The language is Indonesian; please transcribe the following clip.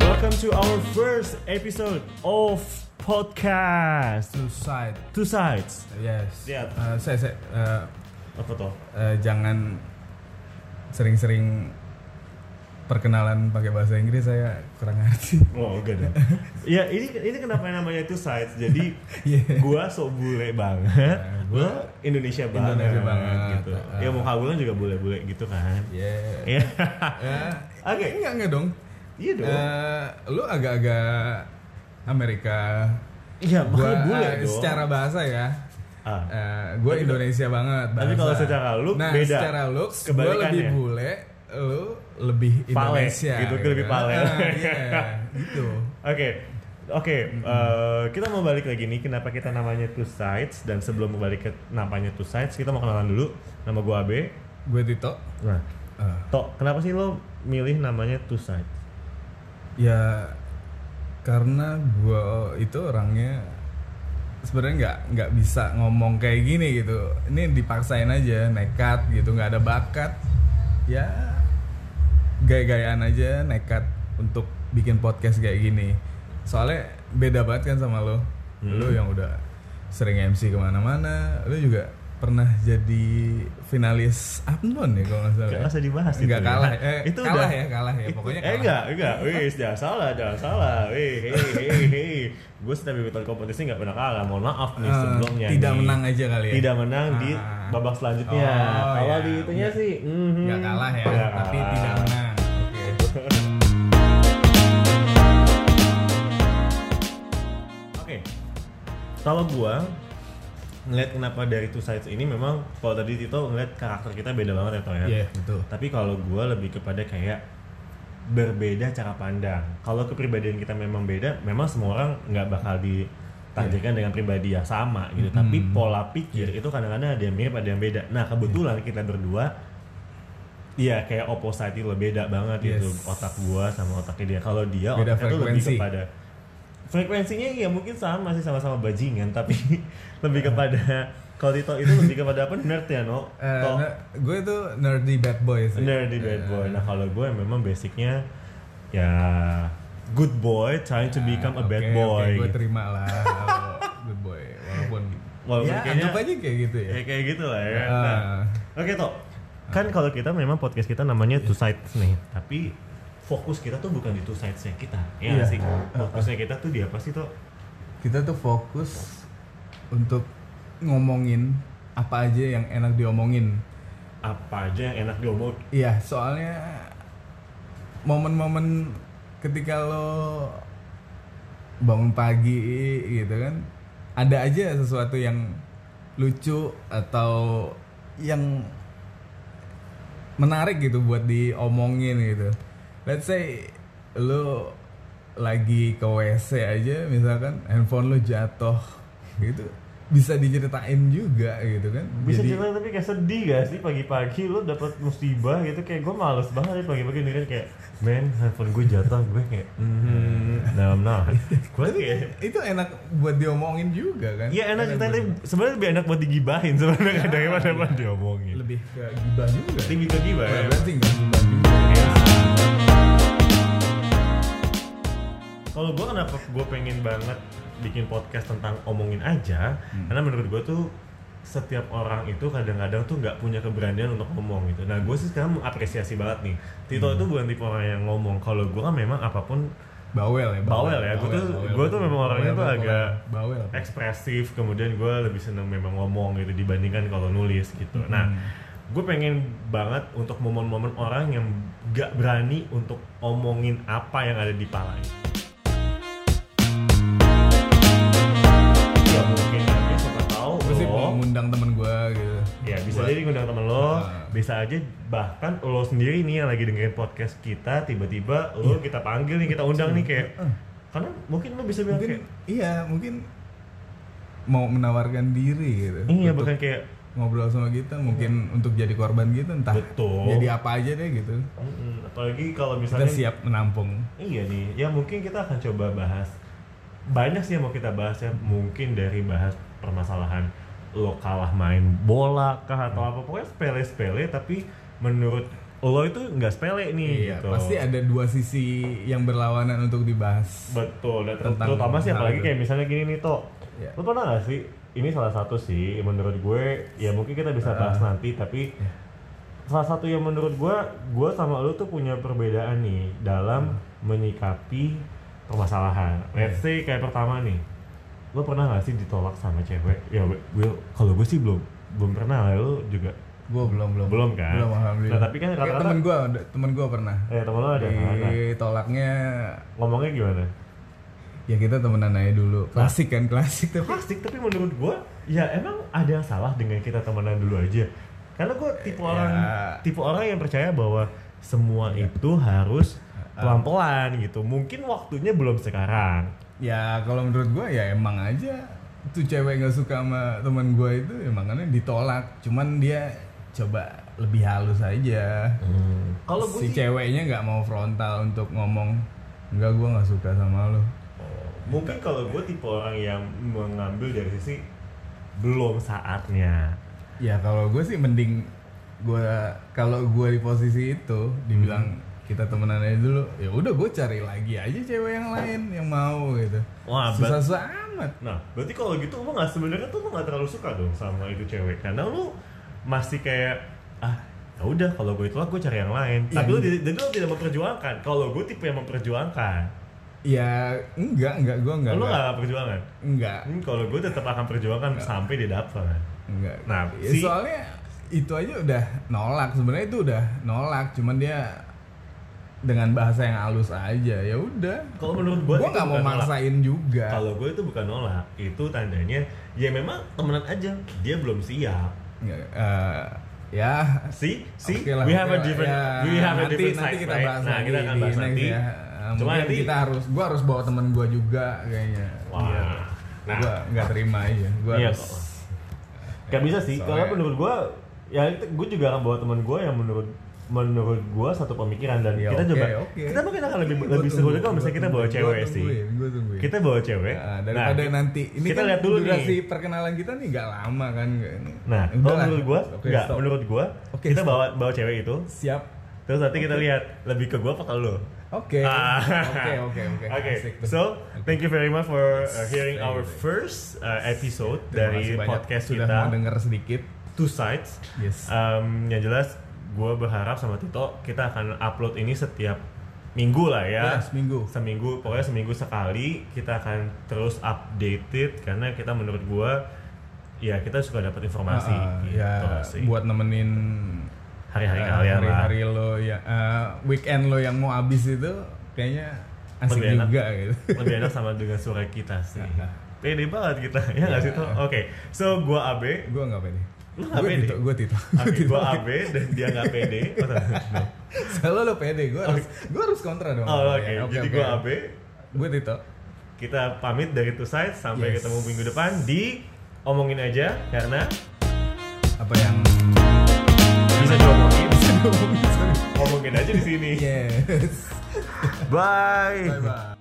Welcome to our first episode of podcast Suicide. Two Sides. Yes. Lihat. Eh, saya saya eh, Apa toh? eh, jangan sering-sering perkenalan pakai bahasa Inggris saya kurang ngerti. Oh, enggak dong. ya, ini ini kenapa namanya Two Sides? Jadi Iya. gua sok bule banget. Nah, Gua gua Indonesia banget Indonesia banget, gitu. ah. Ya muka gua kan juga bule-bule gitu kan. Ya. Yeah. Oke. Oke. Iya. Eh, Enggak enggak dong. Iya dong. Eh, lu agak-agak Amerika. Iya, Gua makanya bule eh, dong. secara bahasa ya. Ah. gue Indonesia banget. tapi bahasa. kalau secara look nah, beda. secara looks gue Kebalikannya. lebih bule, lu lebih Pale, Indonesia. gitu, lebih pale. Ah, Iya, gitu. Oke, oke. eh, kita mau balik lagi nih. Kenapa kita namanya Two Sides? Dan sebelum balik ke namanya Two Sides, kita mau kenalan dulu. Nama gua Abe. Gue Tito. Nah, Ah, Tok, kenapa sih lo milih namanya Two Sides? ya karena gue itu orangnya sebenarnya nggak nggak bisa ngomong kayak gini gitu. Ini dipaksain aja, nekat gitu, nggak ada bakat. Ya gaya-gayaan aja, nekat untuk bikin podcast kayak gini. Soalnya beda banget kan sama lo. Lo yang udah sering MC kemana-mana, lo juga pernah jadi finalis Apnon ya kalau nggak salah. Gak ya? usah dibahas Nggak itu ya. kalah, eh, Itu kalah udah- ya, kalah ya, itu- Eh pokoknya kalah. enggak, enggak, wis jangan salah, jangan salah, wih, hei, hei, hei, gue setiap ikutan kompetisi nggak pernah kalah, mohon maaf nih Eh, sebelumnya tidak nih. menang aja kali ya? Tidak menang di Ah. babak selanjutnya, Oh, kalau ya. di itunya sih, mhm. nggak kalah ya, Nggak tapi kalah. tidak menang. Oke. Oke. Kalau gua ngeliat kenapa dari two sides ini memang kalau tadi Tito ngeliat karakter kita beda banget ya Toh ya. Iya, betul. Tapi kalau gua lebih kepada kayak berbeda cara pandang. Kalau kepribadian kita memang beda, memang semua orang nggak bakal ditajamkan Iya. dengan pribadi yang sama gitu. Tapi pola pikir itu kadang-kadang ada yang mirip, ada yang beda. Nah kebetulan kita berdua Iya kayak opposite itu beda banget Yes. gitu otak gua sama otaknya dia. Kalau dia Beda otaknya tuh lebih frekuensi. kepada frekuensinya ya mungkin sama sih sama-sama bajingan tapi lebih kepada kalau Tito itu lebih kepada apa nerd ya no Eh, Toh, ner- gue itu nerdy bad boy sih. Eh, nerd di bad boy nah kalau gue memang basicnya ya good boy trying to become a bad Ah, Oke, boy Oke, gue gitu. terima lah. kalau bad boy, walaupun. Walaupun ya, kayaknya- anggap aja kayak gitu ya. ya kayak gitu lah ya Ah. Nah, oke Tok. kan kalau kita memang podcast kita namanya two Iya. sides nih tapi fokus kita tuh bukan di two sidesnya kita ya nggak Iya. sih fokusnya kita tuh di apa sih Tok? Kita tuh fokus untuk ngomongin apa aja yang enak diomongin. apa aja yang enak diomong Iya, soalnya momen-momen ketika lo bangun pagi gitu kan, ada aja sesuatu yang lucu atau yang menarik gitu buat diomongin gitu. Let's say lo lagi ke WC aja misalkan handphone lo jatuh gitu bisa diceritain juga gitu kan. bisa Jadi- cerita tapi kayak sedih gak sih pagi-pagi lo dapat musibah gitu kayak gue males banget ya pagi-pagi dengerin kayak men handphone gue jatuh gue kayak hmm nah nah gue kayak itu enak buat diomongin juga kan Iya enak cerita buat tapi sebenarnya lebih enak buat digibahin sebenarnya daripada buat diomongin. diomongin. lebih ke gibah juga Tapi itu gibah Nah, ya. berarti nggak gibah juga Ya. Kalau gue kenapa gue pengen banget bikin podcast tentang omongin aja, karena menurut gue tuh setiap orang itu kadang-kadang tuh nggak punya keberanian untuk ngomong gitu. Nah gue sih sekarang mengapresiasi banget nih. Tito itu bukan tipe orang yang ngomong. Kalau gue kan memang apapun bawel ya Bawel ya, gua tuh- bawel, gua tuh memang orangnya Bawel, tuh bawel, agak Eh, bawel ekspresif kemudian gue lebih seneng memang ngomong gitu dibandingkan kalau nulis gitu nah Hmm. gue pengen banget untuk momen-momen orang yang gak berani untuk omongin apa yang ada di palanya ya mungkin ya siapa tahu gue sih mau lo ngundang temen gue gitu ya bisa Buat- jadi ngundang temen lo Ah. bisa aja bahkan lo sendiri nih yang lagi dengerin podcast kita tiba-tiba lo Iya. kita panggil nih kita undang nih kayak karena mungkin lo bisa bilang mungkin kayak iya mungkin mau menawarkan diri gitu iya Untuk bukan kayak ngobrol sama kita mungkin untuk jadi korban gitu entah Betul. jadi apa aja deh gitu Mm-mm. apalagi kalau kita misalnya siap menampung iya nih ya mungkin kita akan coba bahas banyak sih yang mau kita bahas ya mungkin dari bahas permasalahan Hmm. lo kalah main bola kah atau apa pokoknya sepele-sepele tapi menurut lo itu nggak sepele nih Iya, gitu. pasti ada dua sisi yang berlawanan untuk dibahas. Betul, dan ter- Tentang terutama sih hal apalagi itu. kayak misalnya gini nih Tok Iya. Lo pernah gak sih, ini salah satu sih menurut gue, ya mungkin kita Ah. bisa bahas nanti tapi Iya. Salah satu yang menurut gue, gue sama lo tuh punya perbedaan nih dalam Hmm. menyikapi permasalahan Iya. Let's say kayak pertama nih, lo pernah gak sih ditolak sama cewek? Ya gue, kalau gue sih belum, belum pernah lah, lo juga Gue belum belum. Belum kan? Belum alhamdulillah. Nah, tapi kan Kayak rata-rata- temen gue, temen gue pernah. Eh temen lo ada kan? Nah, Ditolaknya ngomongnya gimana? ya kita temenan aja dulu. Klasik kan klasik tapi plastik tapi menurut gue ya emang ada yang salah dengan kita temenan dulu aja karena gue tipe orang tipe orang yang percaya bahwa semua itu harus pelan-pelan gitu mungkin waktunya belum sekarang ya kalau menurut gue ya emang aja tuh cewek gak suka sama teman gue itu ya makanya ditolak. Cuman dia coba lebih halus aja. kalau gue si sih ceweknya nggak mau frontal untuk ngomong enggak gue nggak suka sama lo mungkin kalau gue tipe orang yang mengambil dari sisi belum saatnya ya kalau gue sih mending gue kalau gue di posisi itu Hmm. dibilang kita temenan aja dulu ya udah gue cari lagi aja cewek yang lain yang mau gitu Wah, susah susah amat nah berarti kalau gitu lo nggak sebenarnya tuh lo nggak terlalu suka dong sama itu cewek karena lo masih kayak ah ya udah kalau gue itulah gue cari yang lain Iya, tapi lo jadi- jadi lo tidak memperjuangkan kalau gue tipe yang memperjuangkan ya enggak enggak gue enggak lo enggak nggak perjuangan enggak, hmm, kalau gue tetap akan perjuangkan sampai dia dapat enggak. Nah, Ya, si- soalnya itu aja udah nolak sebenarnya itu udah nolak cuman dia dengan bahasa yang halus aja ya udah kalau menurut gue gue nggak mau maksain juga kalau gue itu bukan nolak itu tandanya ya memang temenan aja dia belum siap Nggak, eh, ya si si oke lah, we oke have a lah. different Ya, we have a nanti, different nanti side kita right? bahas nah lagi kita akan di bahas next nanti ya. Eh, Cuma mungkin nanti- kita harus gue harus bawa temen gue juga kayaknya Wah. Iya. Nah. gue nggak terima aja gue Iya, harus kok. Gak bisa sih, Soalnya- karena menurut gua ya itu- gua juga akan bawa teman gua yang menurut menurut gua satu pemikiran dan Ya, kita oke, coba oke. kita mungkin akan lebih Gua lebih tunggu, seru kalau gua misalnya kita tunggu, bawa gua cewek sih. tungguin, gua tungguin. Kita bawa cewek. Nah, daripada Nah, nanti ini kita kan lihat dulu durasi nih. perkenalan kita nih nggak lama kan nggak- ini. Nah, kalau Udahlah. menurut gua Oke, enggak, stop. menurut gua Oke, kita stop. bawa bawa cewek itu siap terus nanti kita lihat lebih ke gua apa kalau lo. oke Ah. oke oke oke Asik Oke, tuh. so thank you very much for uh, hearing Thank our you. first uh, episode Terima dari kasih banyak podcast sudah mau kita denger sedikit Two Sides. yes Em, yang jelas gue berharap sama Tito kita akan upload ini setiap minggu lah ya. Udah seminggu Seminggu, pokoknya seminggu sekali kita akan terus updated karena kita menurut gue ya kita suka dapat informasi Ah, gitu ya sih. buat nemenin hari-hari eh, kalian lah. hari-hari lo ya eh, weekend lo yang mau habis itu kayaknya asik Lebih enak. juga gitu Lebih enak sama dengan suara kita sih. Ah. Pede banget kita, ya nggak sih Tok? Oke, so gue Abe, gue nggak pede Lu nggak gue pede? tito gue tito Gua Oke, Tito. gue Abe dan dia nggak pede. Oh, no. selalu lo pede gue harus gue harus kontra dong Oh, Ya, Oke, jadi gue Abe, gue tito kita pamit dari Two Sides sampai Yes. ketemu minggu depan di omongin aja karena apa yang bisa diomongin Sorry. omongin aja di sini yes bye bye bye